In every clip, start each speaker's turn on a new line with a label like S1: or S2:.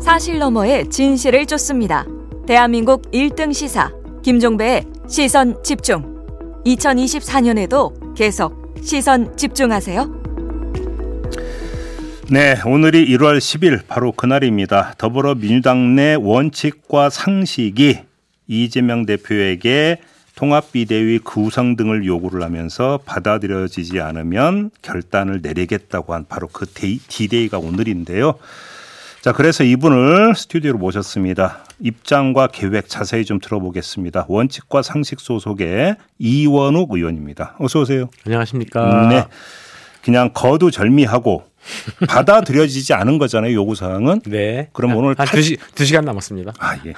S1: 사실 너머의 진실을 쫓습니다. 대한민국 1등 시사 김종배의 시선 집중. 2024년에도 계속 시선 집중하세요.
S2: 네, 오늘이 1월 10일 바로 그날입니다. 더불어민주당 내 원칙과 상식이 이재명 대표에게 통합비대위 구성 등을 요구를 하면서 받아들여지지 않으면 결단을 내리겠다고 한 바로 그 데이, 디데이가 오늘인데요. 자, 그래서 이분을 스튜디오로 모셨습니다. 입장과 계획 자세히 좀 들어보겠습니다. 원칙과 상식 소속의 이원욱 의원입니다. 어서 오세요.
S3: 안녕하십니까.
S2: 네. 그냥 거두절미하고 받아들여지지 않은 거잖아요. 요구 사항은.
S3: 네.
S2: 그럼
S3: 한-
S2: 오늘
S3: 한
S2: 탈-
S3: 2시, 두시간 남았습니다.
S2: 아, 예.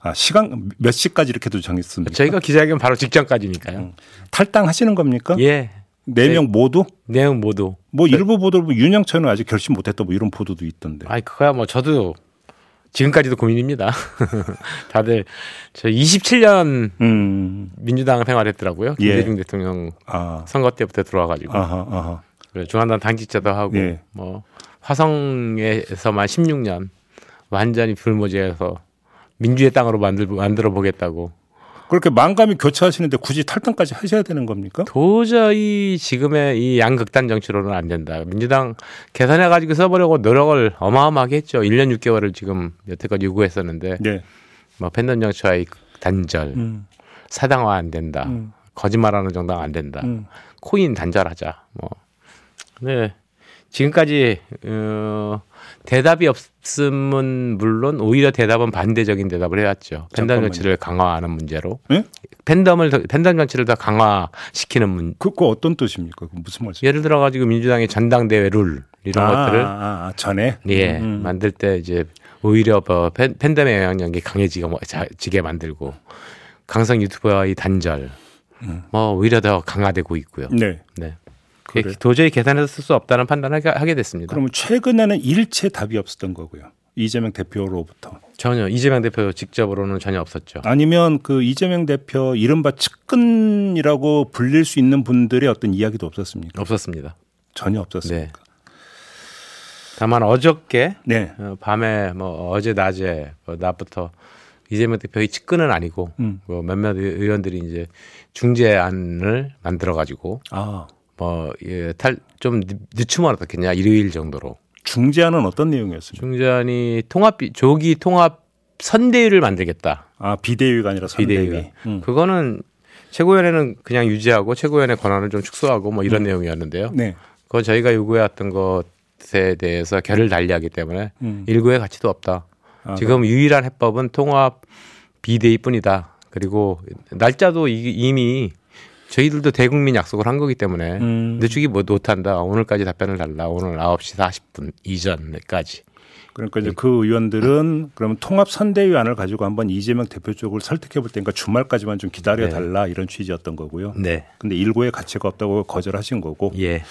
S2: 아, 시간 몇 시까지 이렇게도 정했습니까?
S3: 저희가 기자회견 바로 직전까지니까요.
S2: 탈당하시는 겁니까?
S3: 예.
S2: 네 명 모두?
S3: 내용 모두.
S2: 뭐 일부 보도로 뭐 윤영철은 아직 결심 못 했다 뭐 이런 보도도 있던데.
S3: 아니, 그거야 뭐 저도 지금까지도 고민입니다. 다들 저 27년
S2: 음.
S3: 민주당 생활했더라고요.
S2: 예.
S3: 김대중 대통령
S2: 아.
S3: 선거 때부터 들어와가지고
S2: 아하, 아하.
S3: 그래서 중앙당 당직자도 하고
S2: 예.
S3: 뭐 화성에서만 16년 완전히 불모지에서 민주의 땅으로 만들, 만들어 보겠다고
S2: 그렇게 만감이 교차하시는데 굳이 탈당까지 하셔야 되는 겁니까?
S3: 도저히 지금의 이 양극단 정치로는 안 된다. 민주당 계산해 가지고 써보려고 노력을 어마어마하게 했죠. 1년 6개월을 지금 여태껏 요구했었는데
S2: 네.
S3: 뭐 팬덤 정치와의 단절,
S2: 음.
S3: 사당화 안 된다,
S2: 음.
S3: 거짓말하는 정당 안 된다,
S2: 음.
S3: 코인 단절하자. 뭐 네. 지금까지 어, 대답이 없음은 물론 오히려 대답은 반대적인 대답을 해왔죠. 팬덤
S2: 잠깐만요.
S3: 정치를 강화하는 문제로
S2: 예?
S3: 팬덤을 더- 팬덤 정치를 더 강화시키는 문,
S2: 그거 어떤 뜻입니까? 그거 무슨 말씀?
S3: 예를 들어 가지고 민주당의 전당대회 룰 이런
S2: 아,
S3: 것들을
S2: 아, 아, 전에
S3: 예
S2: 음.
S3: 만들 때 이제 오히려 뭐 팬- 팬덤의 영향력이 강해지게 뭐- 자- 지게 만들고 강성 유튜버의 단절
S2: 음.
S3: 뭐 오히려 더 강화되고 있고요.
S2: 네.
S3: 네.
S2: 그래요?
S3: 도저히 계산해서 쓸 수 없다는 판단을 하게- 하게 됐습니다.
S2: 그러면 최근에는 일체 답이 없었던 거고요. 이재명 대표로부터.
S3: 전혀 이재명 대표 직접으로는 전혀 없었죠.
S2: 아니면 그 이재명 대표 이른바 측근이라고 불릴 수 있는 분들의 어떤 이야기도 없었습니까?
S3: 없었습니다.
S2: 전혀
S3: 네.
S2: 없었습니까?
S3: 다만 어저께
S2: 네.
S3: 어, 밤에 뭐 어제 낮에 뭐 낮부터 이재명 대표의 측근은 아니고
S2: 음.
S3: 뭐 몇몇 의- 의원들이 이제 중재안을 만들어 가지고 뭐
S2: 아
S3: 예, 뭐탈좀 늦추면 어떻겠냐 일요일 정도로
S2: 중재안은 어떤 내용이었습니까?
S3: 중재안이 통합 비- 조기 통합 선대위를 만들겠다
S2: 아 비대위가 아니라 선대위.
S3: 비대위가.
S2: 음.
S3: 그거는 최고위원회는 그냥 유지하고 최고위원회 권한을 좀 축소하고 뭐 이런 내용이었는데요.
S2: 네.
S3: 그거 저희가 요구해왔던 것에 대해서 결을 달리하기 때문에
S2: 음.
S3: 일구의 가치도 없다.
S2: 아,
S3: 지금 유일한 해법은 통합 비대위뿐이다. 그리고 날짜도 이- 이미 저희들도 대국민 약속을 한 거기 때문에
S2: 음.
S3: 늦추기 뭐 못한다. 오늘까지 답변을 달라. 오늘 9시 40분 이전까지.
S2: 그러니까
S3: 네.
S2: 이제 그 의원들은 그러면 통합 선대위안을 가지고 한번 이재명 대표 쪽을 설득해 볼 테니까 주말까지만 좀 기다려 달라 이런 취지였던 거고요.
S3: 네.
S2: 근데 일고의 가치가 없다고 거절하신 거고.
S3: 예.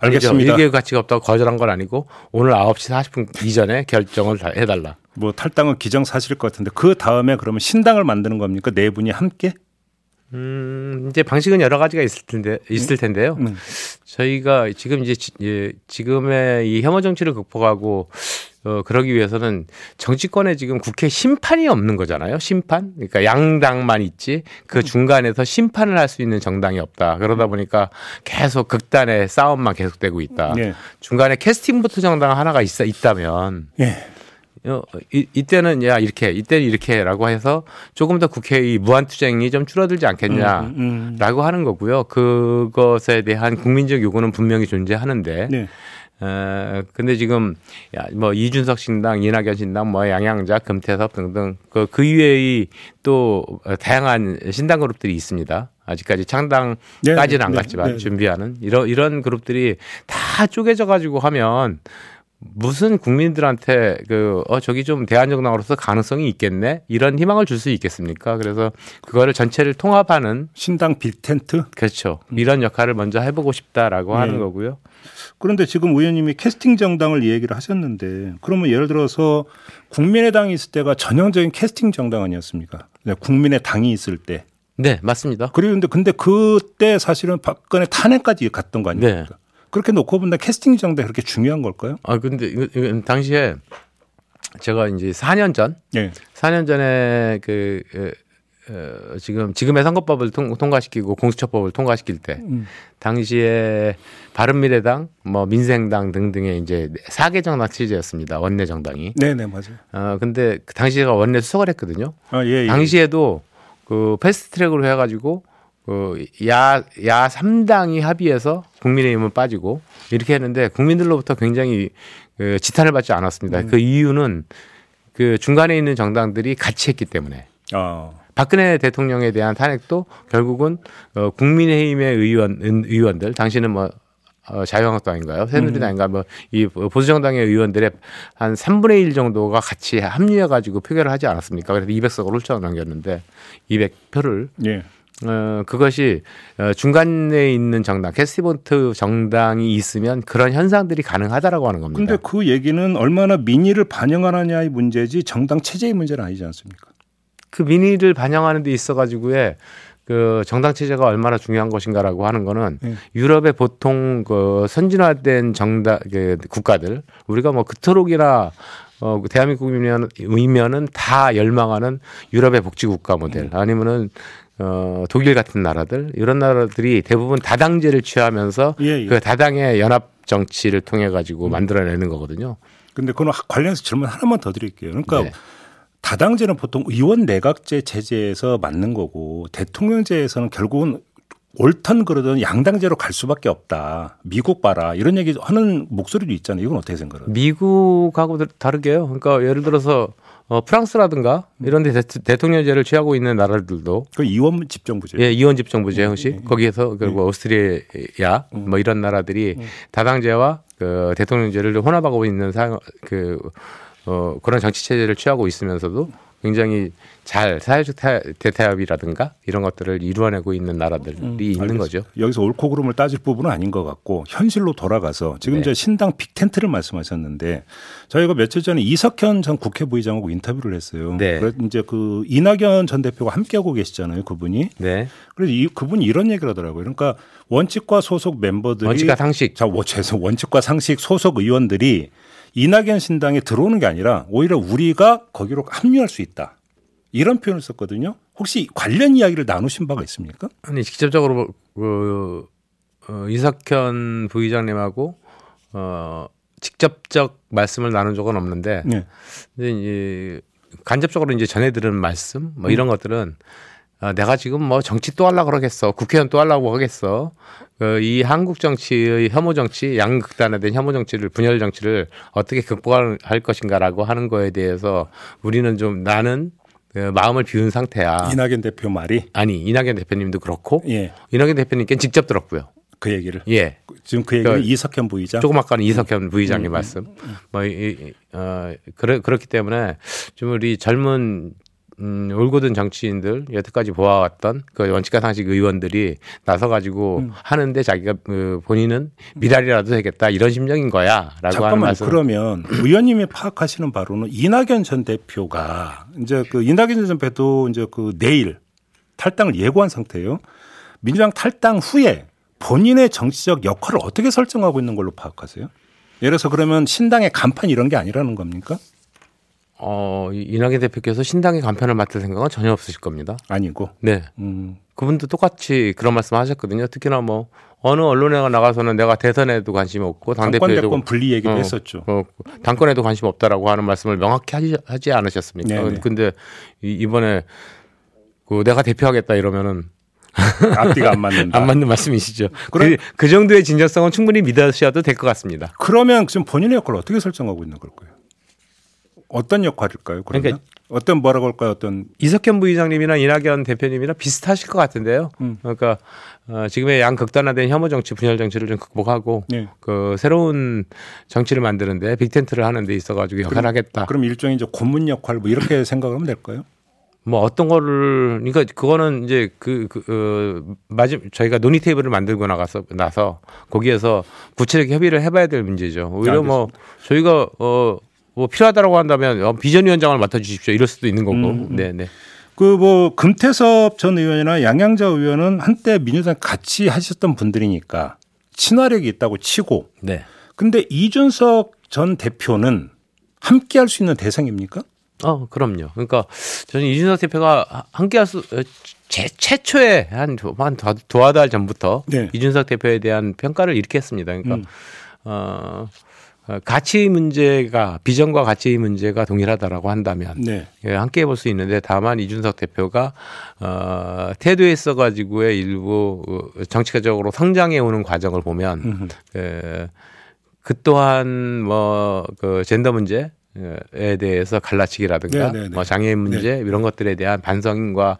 S2: 알겠습니다.
S3: 일개의 가치가 없다고 거절한 건 아니고 오늘 9시 40분 이전에 결정을 다 해달라.
S2: 뭐 탈당은 기정사실일 것 같은데 그 다음에 그러면 신당을 만드는 겁니까? 네 분이 함께?
S3: 음, 이제 방식은 여러 가지가 있을 텐데 있을 텐데요.
S2: 음.
S3: 저희가 지금 이제 지, 예, 지금의 이 혐오 정치를 극복하고 어, 그러기 위해서는 정치권에 지금 국회 심판이 없는 거잖아요. 심판. 그러니까 양당만 있지
S2: 네.
S3: 그 중간에서 심판을 할 수 있는 정당이 없다. 그러다 보니까 계속 극단의 싸움만 계속되고 있다.
S2: 예.
S3: 중간에 캐스팅부터 정당 하나가 있, 있다면
S2: 예.
S3: 어, 이, 이때는 야 이렇게 이때는 이렇게라고 해서 조금 더 국회의 무한투쟁이 좀 줄어들지 않겠냐라고
S2: 음.
S3: 하는 거고요. 그것에 대한 국민적 요구는 분명히 존재하는데,
S2: 네.
S3: 에, 근데 지금 야, 뭐 이준석 신당, 이낙연 신당, 뭐 양양자, 금태섭 등등 그, 그 이외의 또 다양한 신당 그룹들이 있습니다. 아직까지
S2: 네,
S3: 창당까지는 안
S2: 네,
S3: 갔지만
S2: 네, 네.
S3: 준비하는 이런 이런 그룹들이 다 쪼개져 가지고 하면 무슨 국민들한테 그, 어, 저기 좀 대한정당으로서 가능성이 있겠네? 이런 희망을 줄 수 있겠습니까? 그래서 그거를 전체를 통합하는,
S2: 신당 빅텐트?
S3: 그렇죠. 이런 역할을 먼저 해보고 싶다라고 하는
S2: 네.
S3: 거고요.
S2: 그런데 지금 의원님이 캐스팅 정당을 얘기를 하셨는데 그러면 예를 들어서 국민의당이 있을 때가 전형적인 캐스팅 정당 아니었습니까? 네, 국민의당이 있을 때.
S3: 네, 맞습니다.
S2: 그런데 근데 그때 사실은 박근혜 탄핵까지 갔던 거 아닙니까?
S3: 네.
S2: 그렇게 놓고 본다 캐스팅 정당 이 그렇게 중요한 걸까요?
S3: 아, 근데, 이거- 이거 당시에 제가 이제 4년 전
S2: 예.
S3: 4년 전에 그 어, 어, 지금 지금의 선거법을 통, 과시키고 공수처법을 통과시킬 때 당시에 바른미래당, 뭐 민생당 등등의 이제 사개 정당 체제였습니다. 원내 정당이.
S2: 네, 네, 맞아요.
S3: 어 근데 그 당시 제가 원내 수석을 했거든요.
S2: 아, 예, 예.
S3: 당시에도 그 패스트트랙으로 해가지고 그 그야야 삼당이 합의해서 국민의힘은 빠지고 이렇게 했는데 국민들로부터 굉장히 그 지탄을 받지
S2: 음.
S3: 않았습니다. 그 이유는 그 중간에 있는 정당들이 같이 했기 때문에
S2: 아,
S3: 박근혜 대통령에 대한 탄핵도 결국은 어, 국민의힘의 의원 은- 의원들 당신은 뭐 어, 자유한국당인가요? 새누리당인가 뭐 이 보수정당의 의원들의 한 3분의 1 정도가 같이 합류해 가지고 표결을 하지 않았습니까? 그래서 200석을 훌쳐넘겼는데 200표를
S2: 예.
S3: 어, 그것이 어, 중간에 있는 정당 캐스티본트 정당이 있으면 그런 현상들이 가능하다라고 하는 겁니다.
S2: 근데 그 얘기는 얼마나 민의를 반영하느냐의 문제지 정당 체제의 문제는 아니지 않습니까?
S3: 그 민의를 반영하는 데 있어 가지고의 그 정당 체제가 얼마나 중요한 것인가라고 하는 거는
S2: 예.
S3: 유럽의 보통 그 선진화된 정당 그 국가들 우리가 뭐 그토록이나 어 대한민국이면 이면은 다 열망하는 유럽의 복지 국가
S2: 네.
S3: 모델 아니면은 어 독일 같은 나라들 이런 나라들이 대부분 다당제를 취하면서
S2: 예, 음. 예.
S3: 그 다당의 연합 정치를 통해 가지고 만들어내는 거거든요.
S2: 근데 그건 하- 관련해서 질문 하나만 더 드릴게요. 그러니까
S3: 네.
S2: 다당제는 보통 의원 내각제 체제에서 맞는 거고 대통령제에서는 결국은 옳든 그러든 양당제로 갈 수밖에 없다. 미국 봐라 이런 얘기 하는 목소리도 있잖아요. 이건 어떻게 생각해요?
S3: 미국하고 다- 다르게요. 그러니까 예를 들어서 어, 프랑스라든가 이런 데 대- 대통령제를 취하고 있는 나라들도
S2: 그 이원 집정부제.
S3: 예, 이원집 정부제 형식 거기에서 그리고 오스트리아 뭐 이런 나라들이 다당제와 그 대통령제를 혼합하고 있는 상, 그 어, 그런 정치 체제를 취하고 있으면서도 굉장히 잘 사회적 타- 대타협이라든가 이런 것들을 이루어내고 있는 나라들이 있는 거죠.
S2: 여기서 옳고 그름을 따질 부분은 아닌 것 같고 현실로 돌아가서 지금
S3: 네.
S2: 저 신당 빅텐트를 말씀하셨는데 저희가 며칠 전에 이석현 전 국회 부의장하고 인터뷰를 했어요.
S3: 네.
S2: 그래서 이제 그 이낙연 전 대표가 함께하고 계시잖아요. 그분이.
S3: 네.
S2: 그래서 이, 그분이 이런 얘기를 하더라고요. 그러니까 원칙과 소속 멤버들이
S3: 원칙과 상식.
S2: 자, 원- 죄송, 원칙과 상식 소속 의원들이 이낙연 신당에 들어오는 게 아니라 오히려 우리가 거기로 합류할 수 있다. 이런 표현을 썼거든요. 혹시 관련 이야기를 나누신 바가 있습니까?
S3: 아니 직접적으로 그 어, 이석현 부의장님하고 어, 직접적 말씀을 나눈 적은 없는데
S2: 네.
S3: 근데 이제 간접적으로 이제 전해 들은 말씀 뭐
S2: 음.
S3: 이런 것들은 아, 내가 지금 뭐 정치 또 하려고 그러겠어. 국회의원 또 하려고 하겠어. 어, 이 한국 정치의 혐오 정치, 양극단화된 혐오 정치를 분열 정치를 어떻게 극복할 것인가라고 하는 거에 대해서 우리는 좀 나는 어, 마음을 비운 상태야.
S2: 이낙연 대표 말이
S3: 아니, 이낙연 대표님도 그렇고
S2: 예,
S3: 이낙연 대표님께는 직접 들었고요.
S2: 그 얘기를
S3: 예.
S2: 지금 그 얘기는
S3: 그러니까
S2: 이석현 부의장
S3: 조금 아까는 이석현
S2: 음,
S3: 부의장님 말씀. 뭐, 이, 이, 어, 그래, 그렇기 때문에 좀 우리 젊은 음, 올곧은 정치인들 여태까지 보아왔던 그 원칙과 상식 의원들이 나서가지고
S2: 음.
S3: 하는데 자기가 그 본인은 미랄이라도 되겠다 이런 심정인 거야라고 하는
S2: 잠깐만 요
S3: 말씀.
S2: 그러면 의원님이 파악하시는 바로는 이낙연 전 대표가 이제 그 이낙연 전 대표도 이제 그 내일 탈당을 예고한 상태예요. 민주당 탈당 후에 본인의 정치적 역할을 어떻게 설정하고 있는 걸로 파악하세요? 예를 들어서 그러면 신당의 간판 이런 게 아니라는 겁니까?
S3: 어, 이- 이낙연 대표께서 신당의 간편을 맡을 생각은 전혀 없으실 겁니다.
S2: 아니고.
S3: 네.
S2: 음.
S3: 그분도 똑같이 그런 말씀 하셨거든요. 특히나 뭐 어느 언론에 나가서는 내가 대선에도 관심이 없고
S2: 정권
S3: 당대표에도
S2: 대권 분리 얘기도
S3: 어,
S2: 했었죠.
S3: 어, 당권에도 관심 없다라고 하는 말씀을 명확히 하지, 하지 않으셨습니까? 그,
S2: 네네.
S3: 근데 이- 이번에 그 내가 대표하겠다 이러면은
S2: 앞뒤가 안 맞는다.
S3: 안 맞는 말씀이시죠.
S2: 아. 그럼-
S3: 그, 그 정도의 진정성은 충분히 믿으셔도 될 것 같습니다.
S2: 그러면 지금 본인의 역할을 어떻게 설정하고 있는 걸까요? 어떤 역할일까요? 그러면
S3: 그러니까-
S2: 어떤 뭐라고 할까요? 어떤
S3: 이석현 부의장님이나 이낙연 대표님이나 비슷하실 것 같은데요.
S2: 음.
S3: 그러니까 어, 지금의 양극단화된 혐오 정치 분열 정치를 좀 극복하고
S2: 네.
S3: 그 새로운 정치를 만드는데 빅텐트를 하는데 있어가지고 역할하겠다.
S2: 그럼 일종의 이제 고문 역할 뭐 이렇게 생각하면 될까요?
S3: 뭐 어떤 거를 그러니까 그거는 이제 그그 어, 마지 저희가 논의 테이블을 만들고 나가서 나서 거기에서 구체적 협의를 해봐야 될 문제죠. 오히려 뭐 저희가 어뭐 필요하다라고 한다면 어, 비전위원장을 맡아주십시오 이럴 수도 있는
S2: 음,
S3: 거고. 네네.
S2: 그 뭐 금태섭 전 의원이나 양양자 의원은 한때 민주당 같이 하셨던 분들이니까 친화력이 있다고 치고
S3: 네.
S2: 근데 이준석 전 대표는 함께 할 수 있는 대상입니까?
S3: 어, 그럼요. 그러니까 저는 이준석 대표가 함께할 수, 어, 제, 최초에 한, 두- 한 두- 두하달 전부터
S2: 네.
S3: 이준석 대표에 대한 평가를 이렇게 했습니다. 그러니까,
S2: 음.
S3: 어, 어, 가치 문제가, 비전과 가치 문제가 동일하다라고 한다면
S2: 네.
S3: 예, 함께 해볼 수 있는데 다만 이준석 대표가 어, 태도에 있어 가지고의 일부 어, 정치가적으로 성장해 오는 과정을 보면 에, 그 또한 뭐그 젠더 문제 예, 에 대해서 갈라치기라든가
S2: 네, 네, 네.
S3: 뭐 장애인 문제 이런 것들에 대한 반성과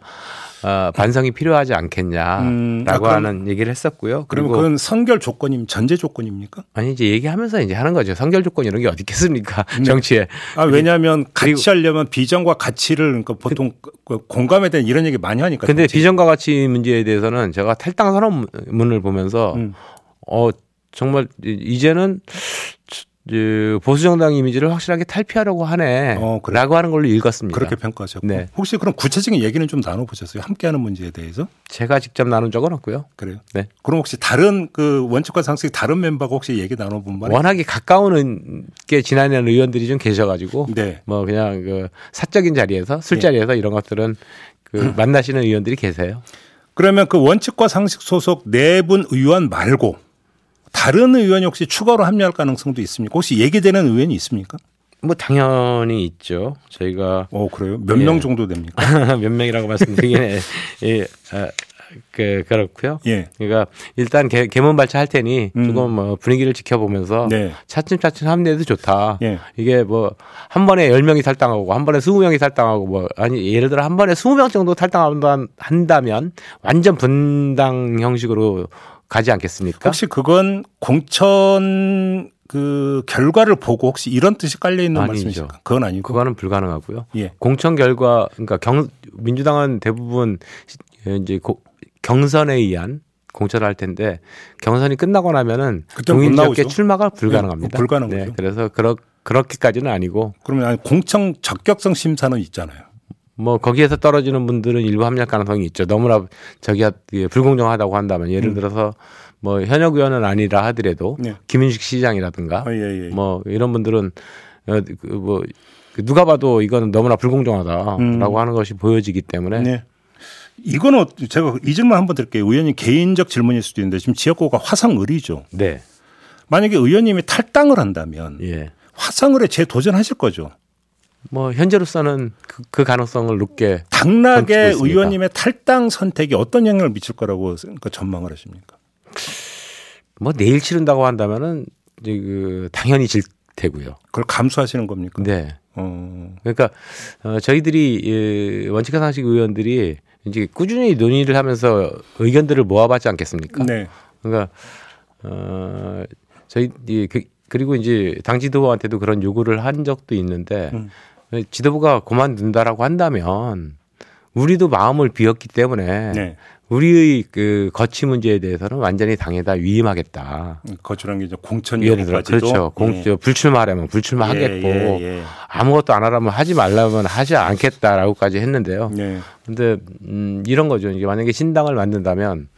S3: 어, 반성이 필요하지 않겠냐라고
S2: 음, 아, 그럼-
S3: 하는 얘기를 했었고요.
S2: 그러면
S3: 그리고
S2: 그건 선결 조건임 전제 조건입니까?
S3: 아니 이제 얘기하면서 이제 하는 거죠. 성결 조건 이런 게 어디 있겠습니까? 정치에
S2: 아 왜냐하면 같이
S3: 그리고-
S2: 하려면 비전과 가치를 그러니까 보통 그 공감에 대한 이런 얘기 많이 하니까.
S3: 근데
S2: 정치-
S3: 비전과 가치 문제에 대해서는 제가 탈당 선언문을 보면서
S2: 음.
S3: 어 정말 이- 이제는 그 보수 정당 이미지를 확실하게 탈피하려고 하네라고
S2: 어, 그래.
S3: 하는 걸로 읽었습니다.
S2: 그렇게 평가하셨고
S3: 네.
S2: 혹시 그럼 구체적인 얘기는 좀 나눠보셨어요? 함께하는 문제에 대해서
S3: 제가 직접 나눈 적은 없고요.
S2: 그래요?
S3: 네.
S2: 그럼 혹시 다른 그 원칙과 상식 다른 멤버가 혹시 얘기 나눠본 말?
S3: 워낙에 가까운 게 지나는 의원들이 좀 계셔가지고
S2: 네.
S3: 뭐 그냥 그 사적인 자리에서 술자리에서 이런 것들은 그 만나시는 의원들이 계세요.
S2: 그러면 그 원칙과 상식 소속 네 분 의원 말고 다른 의원이 혹시 추가로 합류할 가능성도 있습니까? 혹시 얘기되는 의원이 있습니까?
S3: 뭐 당연히 있죠. 저희가
S2: 어 그래요? 몇 명
S3: 예.
S2: 정도 됩니까?
S3: 몇 명이라고 말씀드리긴 해. 예, 아, 그, 그렇고요.
S2: 예.
S3: 그러니까 일단 개, 개문 발차할 테니
S2: 음.
S3: 조금 뭐 분위기를 지켜보면서
S2: 네.
S3: 차츰차츰 합리해도 좋다.
S2: 예.
S3: 이게 뭐 한 번에 10명이 탈당하고 한 번에 20명이 탈당하고 뭐 아니 예를 들어 한 번에 20명 정도 탈당한다면 완전 분당 형식으로 가지 않겠습니까?
S2: 혹시 그건 공천 그 결과를 보고 혹시 이런 뜻이 깔려 있는
S3: 아니죠.
S2: 말씀이십니까? 그건 아니고.
S3: 그거는 불가능하고요.
S2: 예.
S3: 공천 결과 그러니까 경 민주당은 대부분 시- 이제 고- 경선에 의한 공천을 할 텐데 경선이 끝나고 나면은
S2: 그때 못
S3: 동인 지역의
S2: 나오죠.
S3: 출마가 불가능합니다.
S2: 네, 불가능하죠.
S3: 그래서 그렇 그렇게까지는 아니고
S2: 그러면 아니, 공청 적격성 심사는 있잖아요.
S3: 뭐 거기에서 떨어지는 분들은 일부 합리할 가능성이 있죠. 너무나 저기 불공정하다고 한다면
S2: 음.
S3: 예를 들어서 뭐 현역 의원은 아니라 하더라도
S2: 네.
S3: 김윤식 시장이라든가
S2: 아, 예, 예.
S3: 뭐 이런 분들은 어, 그뭐그 누가 봐도 이거는 너무나 불공정하다라고 하는 것이 보여지기 때문에
S2: 음. 네. 이거는 어때- 제가 이 질문 한번 드릴게요. 의원님 개인적 질문일 수도 있는데 지금 지역구가 화성을이죠.
S3: 네.
S2: 만약에 의원님이 탈당을 한다면
S3: 예.
S2: 화성을에 재도전하실 거죠.
S3: 뭐 현재로서는 그, 그 가능성을 높게 던지고
S2: 당락의
S3: 있습니다.
S2: 의원님의 탈당 선택이 어떤 영향을 미칠 거라고 그러니까 전망을 하십니까?
S3: 뭐 내일 치른다고 한다면은 이제 그 당연히 질 테고요.
S2: 그걸 감수하시는 겁니까?
S3: 네.
S2: 어,
S3: 그러니까 어, 저희들이 예, 원칙과 상식 의원들이 이제 꾸준히 논의를 하면서 의견들을 모아봤지 않겠습니까?
S2: 네.
S3: 그러니까 어 저희 예, 그, 그리고 이제 당 지도부한테도 그런 요구를 한 적도 있는데
S2: 음.
S3: 지도부가 그만둔다라고 한다면 우리도 마음을 비웠기 때문에
S2: 네.
S3: 우리의 그 거치 문제에 대해서는 완전히 당에다 위임하겠다.
S2: 거출한 게 이제 공천
S3: 예를 들어
S2: 여부까지도
S3: 그렇죠. 공
S2: 예.
S3: 불출마하려면 불출마하겠고
S2: 예, 예, 예.
S3: 아무것도 안 하라면 하지 말라면 하지 않겠다라고까지 했는데요.
S2: 네.
S3: 근데 음 이런 거죠. 이게 만약에 신당을 만든다면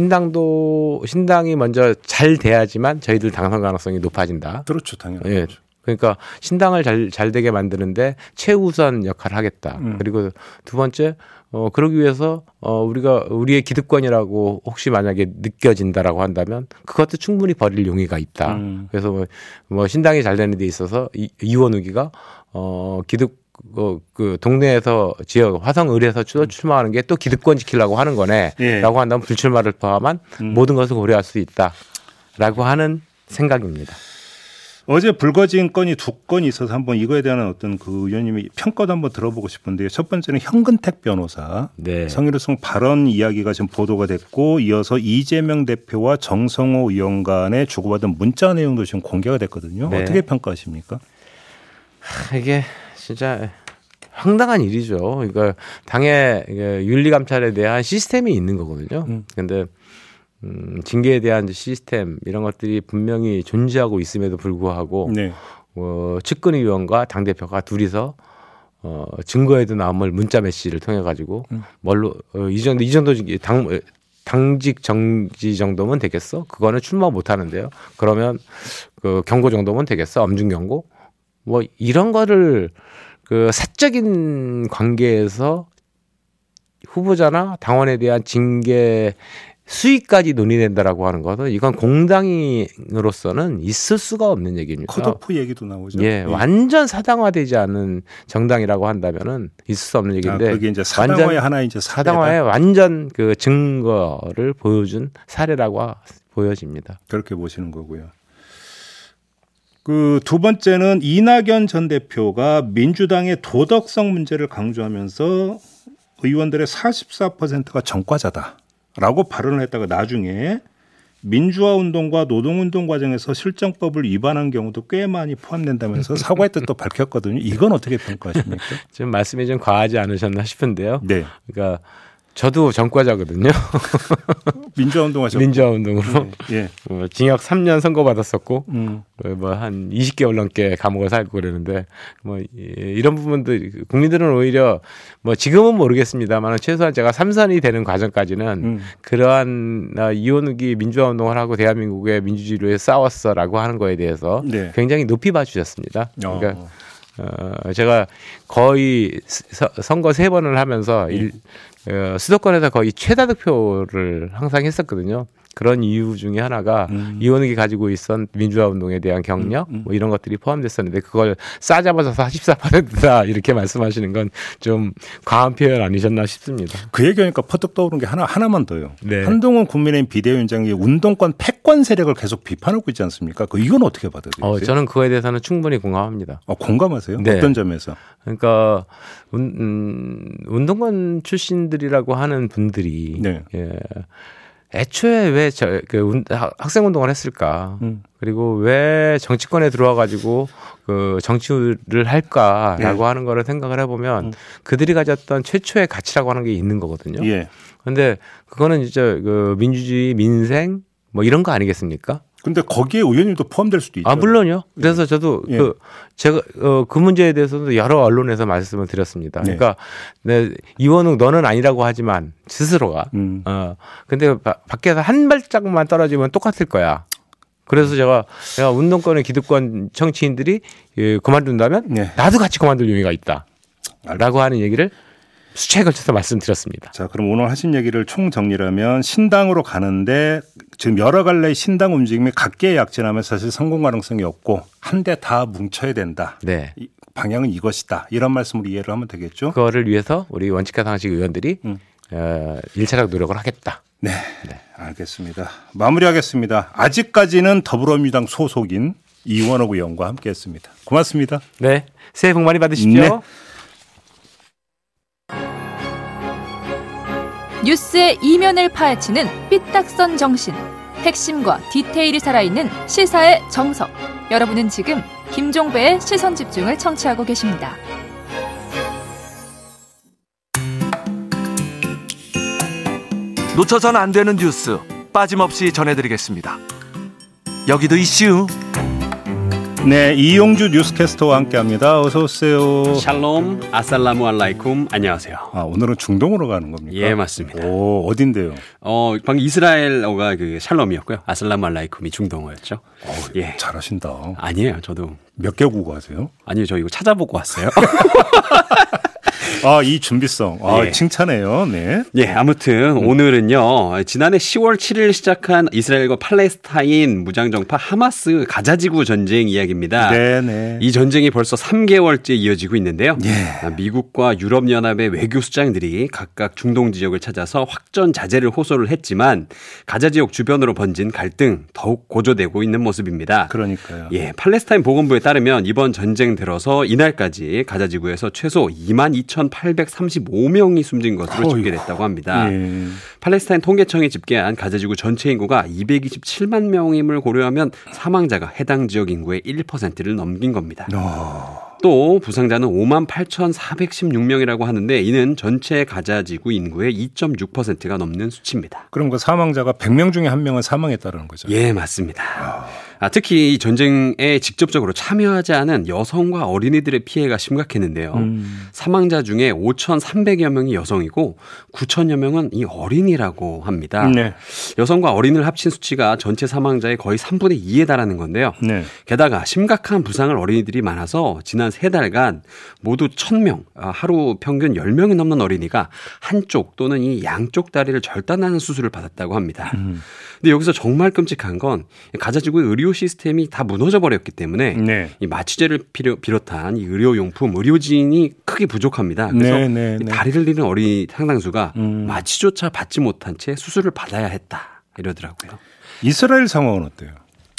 S3: 신당도 신당이 먼저 잘 돼야지만 저희들 당선 가능성이 높아진다.
S2: 그렇죠, 당연히.
S3: 예. 그러니까 신당을 잘, 잘 되게 만드는데 최우선 역할을 하겠다. 그리고 두 번째, 어, 그러기 위해서, 어, 우리가, 우리의 기득권이라고 혹시 만약에 느껴진다라고 한다면 그것도 충분히 버릴 용의가 있다.
S2: 음.
S3: 그래서 뭐, 뭐 신당이 잘 되는 데 있어서 이, 이원우기가, 어, 기득, 어, 그 동네에서 지역 화성을에서 출- 출마하는 게 또 기득권 지키려고 하는 거네.
S2: 예.
S3: 라고 한다면 불출마를 포함한 모든 것을 고려할 수 있다. 라고 하는 생각입니다.
S2: 어제 불거진 건이 두 건이 있어서 한번 이거에 대한 어떤 그 의원님의 평가도 한번 들어보고 싶은데요. 첫 번째는 현근택 변호사
S3: 네.
S2: 성희롱성 발언 이야기가 지금 보도가 됐고 이어서 이재명 대표와 정성호 의원 간에 주고받은 문자 내용도 지금 공개가 됐거든요.
S3: 네.
S2: 어떻게 평가하십니까?
S3: 이게 진짜 황당한 일이죠. 그러니까 당의 이게 윤리 감찰에 대한 시스템이 있는 거거든요. 근데 음, 징계에 대한 시스템 이런 것들이 분명히 존재하고 있음에도 불구하고
S2: 네.
S3: 어, 측근 의원과 당 대표가 둘이서 어, 증거에도 남을 문자 메시지를 통해 가지고 뭘로 어, 이 정도 이 정도 지- 당 어, 당직 정지 정도면 되겠어? 그거는 출마 못 하는데요. 그러면 그 경고 정도면 되겠어? 엄중 경고? 뭐 이런 거를 그 사적인 관계에서 후보자나 당원에 대한 징계 수익까지 논의된다라고 하는 것은 이건 공당으로서는 있을 수가 없는 얘기입니다.
S2: 컷오프 얘기도 나오죠. 아,
S3: 예, 완전 사당화되지 않은 정당이라고 한다면은 있을 수 없는
S2: 아,
S3: 얘기인데
S2: 그게 이제 사당화의 하나 이제 사례다.
S3: 사당화의 완전 그 증거를 보여준 사례라고 하- 보여집니다.
S2: 그렇게 보시는 거고요. 그 두 번째는 이낙연 전 대표가 민주당의 도덕성 문제를 강조하면서 의원들의 44%가 정과자다라고 발언을 했다가 나중에 민주화 운동과 노동 운동 과정에서 실정법을 위반한 경우도 꽤 많이 포함된다면서 사과의 뜻도 밝혔거든요. 이건 어떻게 평가하십니까?
S3: 지금 말씀이 좀 과하지 않으셨나 싶은데요.
S2: 네.
S3: 그러니까 저도 전과자거든요.
S2: 아, 민주화 운동하셨고.
S3: 민주화 운동으로
S2: 예.
S3: 어, 징역 3년 선고 받았었고
S2: 음.
S3: 뭐 한 20개월 넘게 감옥을 살고 그러는데 뭐 이- 이런 부분들 국민들은 오히려 뭐 지금은 모르겠습니다만 최소한 제가 삼선이 되는 과정까지는
S2: 음.
S3: 그러한 아, 이원욱이 민주화 운동을 하고 대한민국의 민주주의를 위해 싸웠어라고 하는 거에 대해서
S2: 네.
S3: 굉장히 높이 봐주셨습니다.
S2: 어.
S3: 그러니까 어, 제가 거의 서- 선거 세 번을
S2: 네.
S3: 하면서 일, 어, 수도권에서 거의 최다 득표를 항상 했었거든요. 그런 이유 중에 하나가
S2: 음.
S3: 이원욱이 가지고 있었던 민주화 운동에 대한 경력 뭐 이런 것들이 포함됐었는데 그걸 싸잡아서 44%다 이렇게 말씀하시는 건 좀 과한 표현 아니셨나 싶습니다.
S2: 그 얘기하니까 퍼뜩 떠오른 게 하나 하나만 더요.
S3: 네.
S2: 한동훈 국민의힘 비대위원장이 운동권 패권 세력을 계속 비판하고 있지 않습니까? 그 이건 어떻게
S3: 어,
S2: 받아들이세요?
S3: 저는 그거에 대해서는 충분히 공감합니다.
S2: 어, 공감하세요?
S3: 네.
S2: 어떤 점에서?
S3: 그러니까 운, 음, 운동권 출신들이라고 하는 분들이
S2: 네.
S3: 예, 애초에 왜저그 학생 운동을 했을까?
S2: 음.
S3: 그리고 왜 정치권에 들어와 가지고 그 정치를 할까라고
S2: 네.
S3: 하는 거를 생각을 해보면 그들이 가졌던 최초의 가치라고 하는 게 있는 거거든요.
S2: 음. 예.
S3: 근데 그거는 진짜 그 민주주의, 민생 뭐 이런 거 아니겠습니까?
S2: 근데 거기에 의원님도 포함될 수도 있죠.
S3: 아 물론요. 그래서 저도
S2: 예.
S3: 그 제가 어, 그 문제에 대해서도 여러 언론에서 말씀을 드렸습니다.
S2: 네.
S3: 그러니까 네, 이원욱 너는 아니라고 하지만 스스로가
S2: 음.
S3: 어 근데 바- 밖에서 한 발짝만 떨어지면 똑같을 거야. 그래서 제가 내가 운동권의 기득권 정치인들이 예, 그만둔다면
S2: 네.
S3: 나도 같이 그만둘 용의가
S2: 알겠습니다.
S3: 있다라고 하는 얘기를 수차에 걸쳐서 말씀드렸습니다.
S2: 자, 그럼 오늘 하신 얘기를 총정리하면 신당으로 가는데 지금 여러 갈래의 신당 움직임이 각계 약진하면 사실 성공 가능성이 없고 한 대 다 뭉쳐야 된다.
S3: 네.
S2: 이- 방향은 이것이다. 이런 말씀으로 이해를 하면 되겠죠?
S3: 그거를 위해서 우리 원칙과 상식 의원들이
S2: 음.
S3: 어, 일차적 노력을 하겠다.
S2: 네, 알겠습니다. 마무리하겠습니다. 아직까지는 더불어민주당 소속인 이원호 의원과 함께했습니다. 고맙습니다.
S3: 네. 새해 복 많이 받으십시오.
S2: 네.
S1: 뉴스의 이면을 파헤치는 삐딱선 정신. 핵심과 디테일이 살아있는 시사의 정석. 여러분은 지금 김종배의 시선 집중을 청취하고 계십니다.
S4: 놓쳐선 안 되는 뉴스 빠짐없이 전해드리겠습니다. 여기도 이슈.
S2: 네, 이용주 뉴스캐스터와 함께합니다. 어서 오세요.
S5: 샬롬 아살라무 알라이쿰 안녕하세요.
S2: 아, 오늘은 중동으로 가는 겁니까?
S5: 예 맞습니다.
S2: 오, 어딘데요?
S5: 어 방금 이스라엘어가 그 샬롬이었고요. 아살라무 알라이쿰이 중동어였죠. 예
S2: 잘하신다.
S5: 아니에요. 저도
S2: 몇 개 국어하세요?
S5: 아니요 저 이거 찾아보고 왔어요.
S2: 아, 이 준비성. 아,
S5: 예.
S2: 칭찬해요. 네.
S5: 예 아무튼 오늘은요 지난해 10월 7일 시작한 이스라엘과 팔레스타인 무장정파 하마스 가자지구 전쟁 이야기입니다.
S2: 네, 네.
S5: 아, 이 전쟁이 벌써 3개월째 이어지고 있는데요.
S2: 예.
S5: 아, 미국과 유럽연합의 외교 수장들이 각각 중동 지역을 찾아서 확전 자제를 호소를 했지만 가자 지역 주변으로 번진 갈등 더욱 고조되고 있는 모습입니다.
S2: 그러니까요.
S5: 예, 팔레스타인 보건부에 따르면 이번 전쟁 들어서 이날까지 가자 지구에서 최소 22,835명이 숨진 것으로
S2: 어이구.
S5: 집계됐다고 합니다.
S2: 예.
S5: 팔레스타인 통계청이 집계한 가자 지구 전체 인구가 227만 명임을 고려하면 사망자가 해당 지역 인구의 1%를 넘긴 겁니다. 또 부상자는 5만 8,416명이라고 하는데 이는 전체 가자 지구 인구의 2.6%가 넘는 수치입니다.
S2: 그럼 그 사망자가 100명 중에 한 명은 사망했다는 거죠.
S5: 예, 맞습니다. 아, 특히 이 전쟁에 직접적으로 참여하지 않은 여성과 어린이들의 피해가 심각했는데요.
S2: 음.
S5: 사망자 중에 5,300여 명이 여성이고 9,000여 명은 이 어린이라고 합니다.
S2: 네.
S5: 여성과 어린을 합친 수치가 전체 사망자의 거의 3분의 2에 달하는 건데요.
S2: 네.
S5: 게다가 심각한 부상을 어린이들이 많아서 지난 세 달간 모두 1000명, 아, 하루 평균 10명이 넘는 어린이가 한쪽 또는 이 양쪽 다리를 절단하는 수술을 받았다고 합니다.
S2: 음.
S5: 근데 여기서 정말 끔찍한 건 가자지구의 의료 시스템이 다 무너져 버렸기 때문에
S2: 네.
S5: 이 마취제를 필요- 비롯한 이 의료용품, 의료진이 크게 부족합니다. 그래서
S2: 네, 네,
S5: 이
S2: 네.
S5: 다리를 잃은 어린이 상당수가
S2: 음.
S5: 마취조차 받지 못한 채 수술을 받아야 했다 이러더라고요.
S2: 이스라엘 상황은 어때요?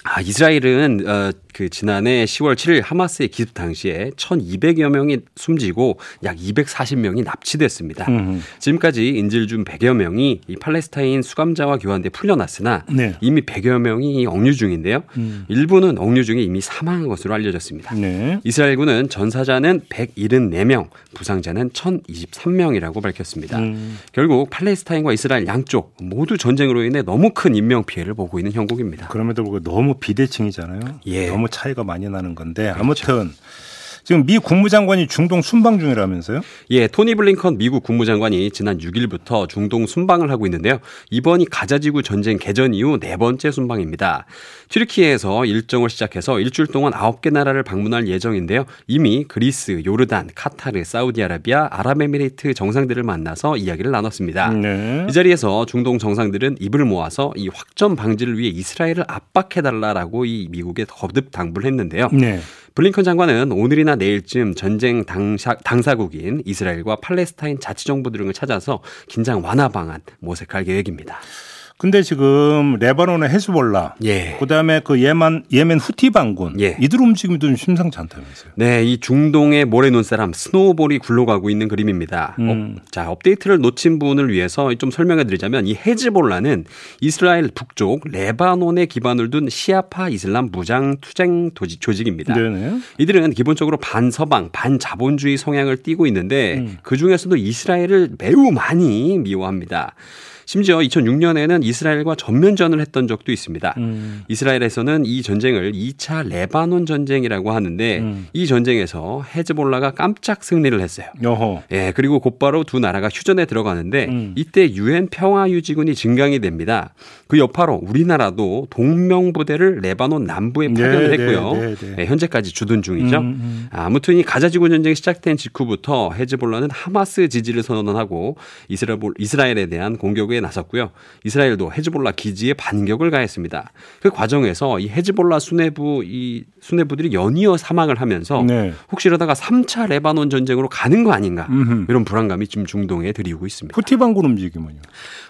S5: 아, 이스라엘은 어, 그 지난해 10월 7일 하마스의 기습 당시에 1,200여 명이 숨지고 약 240명이 납치됐습니다.
S2: 음.
S5: 지금까지 인질 중 100여 명이 이 팔레스타인 수감자와 교환돼 풀려났으나
S2: 네. 음.
S5: 이미 100여 명이 억류 중인데요. 일부는 억류 중에 이미 사망한 것으로 알려졌습니다.
S2: 네.
S5: 이스라엘군은 전사자는 174명, 부상자는 1,023명이라고 밝혔습니다. 결국 팔레스타인과 이스라엘 양쪽 모두 전쟁으로 인해 너무 큰 인명 피해를 보고 있는 형국입니다.
S2: 그럼에도 불구하고 너무 비대칭이잖아요.
S5: 예. 그렇죠.
S2: 너무 차이가 많이 나는 건데 아무튼 지금 미 국무장관이 중동 순방 중이라면서요?
S5: 예, 토니 블링컨 미국 국무장관이 지난 6일부터 중동 순방을 하고 있는데요. 이번이 가자지구 전쟁 개전 이후 네 번째 순방입니다. 튀르키예에서 일정을 시작해서 일주일 동안 9개 나라를 방문할 예정인데요. 이미 그리스, 요르단, 카타르, 사우디아라비아, 아랍에미레이트 정상들을 만나서 이야기를 나눴습니다.
S2: 네.
S5: 아, 이 자리에서 중동 정상들은 입을 모아서 이 확전 방지를 위해 이스라엘을 압박해달라라고 이 미국에 거듭 당부를 했는데요.
S2: 네.
S5: 블링컨 장관은 오늘이나 내일쯤 전쟁 당사, 당사국인 이스라엘과 팔레스타인 자치정부 등을 찾아서 긴장 완화 방안 모색할 계획입니다.
S2: 근데 지금 레바논의 헤즈볼라
S5: 예.
S2: 그다음에 그 예만 예멘 후티 반군
S5: 예.
S2: 이들 움직임이 좀 심상치 않다면서요.
S5: 네, 이 중동의 모래 눈사람 스노우볼이 굴러가고 있는 그림입니다.
S2: 음.
S5: 어, 자, 업데이트를 놓친 분을 위해서 좀 설명해 드리자면 이 헤즈볼라는 이스라엘 북쪽 레바논에 기반을 둔 시아파 이슬람 무장 투쟁 도지- 조직입니다.
S2: 네네.
S5: 이들은 기본적으로 반서방, 반자본주의 성향을 띠고 있는데 그 중에서도 이스라엘을 매우 많이 미워합니다. 심지어 2006년에는 이스라엘과 전면전을 했던 적도 있습니다. 이스라엘에서는 이 전쟁을 2차 레바논 전쟁이라고 하는데 이 전쟁에서 헤즈볼라가 깜짝 승리를 했어요.
S2: 여호.
S5: 예, 그리고 곧바로 두 나라가 휴전에 들어가는데
S2: 음.
S5: 이때 유엔 평화유지군이 증강이 됩니다. 그 여파로 우리나라도 동명부대를 레바논 남부에
S2: 네,
S5: 파견을
S2: 네,
S5: 했고요.
S2: 네, 네.
S5: 예, 현재까지 주둔 중이죠.
S2: 음, 음.
S5: 아무튼 이 가자지구 전쟁이 시작된 직후부터 헤즈볼라는 하마스 지지를 선언하고 이스라엘, 이스라엘에 대한 공격에 나섰고요. 이스라엘도 헤즈볼라 기지에 반격을 가했습니다. 그 과정에서 이 헤즈볼라 수뇌부 이 수뇌부들이 연이어 사망을 하면서
S2: 네.
S5: 혹시 이러다가 3차 레바논 전쟁으로 가는 거 아닌가
S2: 음흠.
S5: 이런 불안감이 지금 중동에 들이우고 있습니다.
S2: 후티 반군 움직임은요.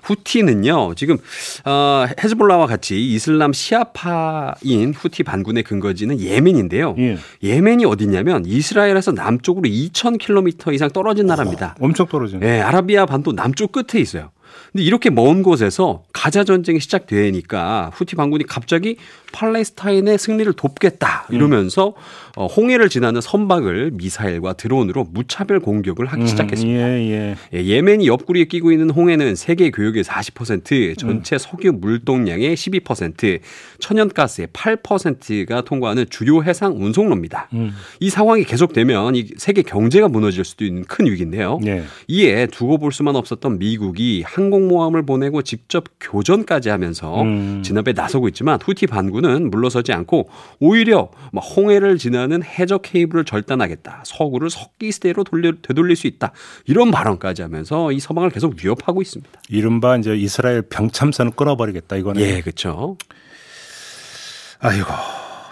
S5: 후티는요 지금 어, 헤즈볼라와 같이 이슬람 시아파인 후티 반군의 근거지는 예멘인데요.
S2: 예.
S5: 예멘이 어디냐면 이스라엘에서 남쪽으로 2,000km 이상 떨어진 나라입니다.
S2: 엄청 떨어지네.
S5: 예, 아라비아 반도 남쪽 끝에 있어요. 근데 이렇게 먼 곳에서 가자 전쟁이 시작되니까 후티 반군이 갑자기 팔레스타인의 승리를 돕겠다 이러면서 어, 홍해를 지나는 선박을 미사일과 드론으로 무차별 공격을 하기 시작했습니다.
S2: 예, 예.
S5: 예, 예멘이 옆구리에 끼고 있는 홍해는 세계 교역의 40%, 전체 석유 물동량의 12%, 천연가스의 8%가 통과하는 주요 해상 운송로입니다. 이 상황이 계속되면 이 세계 경제가 무너질 수도 있는 큰 위기인데요.
S2: 예.
S5: 이에 두고 볼 수만 없었던 미국이 항공모함을 보내고 직접 교전까지 하면서
S2: 음.
S5: 진압에 나서고 있지만 후티 반군은 물러서지 않고 오히려 막 홍해를 지나는 해적 케이블을 절단하겠다. 서구를 석기시대로 돌려, 되돌릴 수 있다. 이런 발언까지 하면서 이 서방을 계속 위협하고 있습니다.
S2: 이른바 이제 이스라엘 병참선을 끊어버리겠다 이거는.
S5: 예, 그렇죠.
S2: 아이고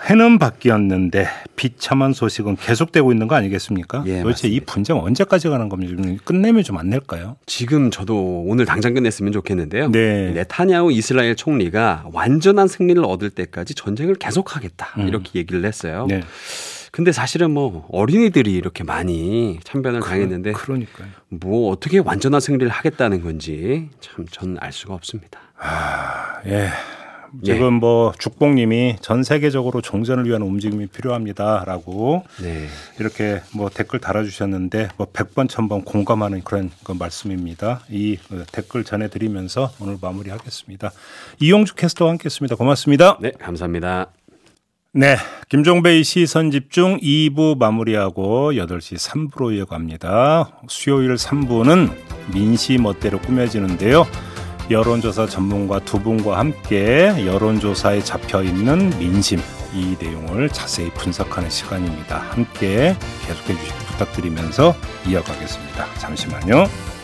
S2: 해는 바뀌었는데 비참한 소식은 계속되고 있는 거 아니겠습니까?
S5: 예,
S2: 도대체 이 분쟁 언제까지 가는 겁니까? 좀 끝내면 좀 안 낼까요?
S5: 지금 저도 오늘 당장 끝냈으면 좋겠는데요.
S2: 네.
S5: 네타냐후 이스라엘 총리가 완전한 승리를 얻을 때까지 전쟁을 계속하겠다.
S2: 음.
S5: 이렇게 얘기를 했어요.
S2: 네,
S5: 근데 사실은 뭐 어린이들이 이렇게 많이 참변을 당했는데
S2: 그러니까요.
S5: 뭐 어떻게 완전한 승리를 하겠다는 건지 참 전 알 수가 없습니다.
S2: 예.
S5: 예.
S2: 지금 뭐 죽봉님이 전 세계적으로 종전을 위한 움직임이 필요합니다라고
S5: 네.
S2: 이렇게 뭐 댓글 달아주셨는데 뭐 100번 1000번 공감하는 그런 그 말씀입니다. 이 어, 댓글 전해드리면서 오늘 마무리하겠습니다. 이용주 캐스터와 함께했습니다. 고맙습니다.
S5: 네, 감사합니다.
S2: 네. 김종배의 시선 집중 2부 마무리하고 8시 3부로 이어갑니다. 수요일 3부는 민시 멋대로 꾸며지는데요. 여론조사 전문가 두 분과 함께 여론조사에 잡혀 있는 민심 이 내용을 자세히 분석하는 시간입니다. 함께 계속해 주시기 부탁드리면서 이어가겠습니다. 잠시만요.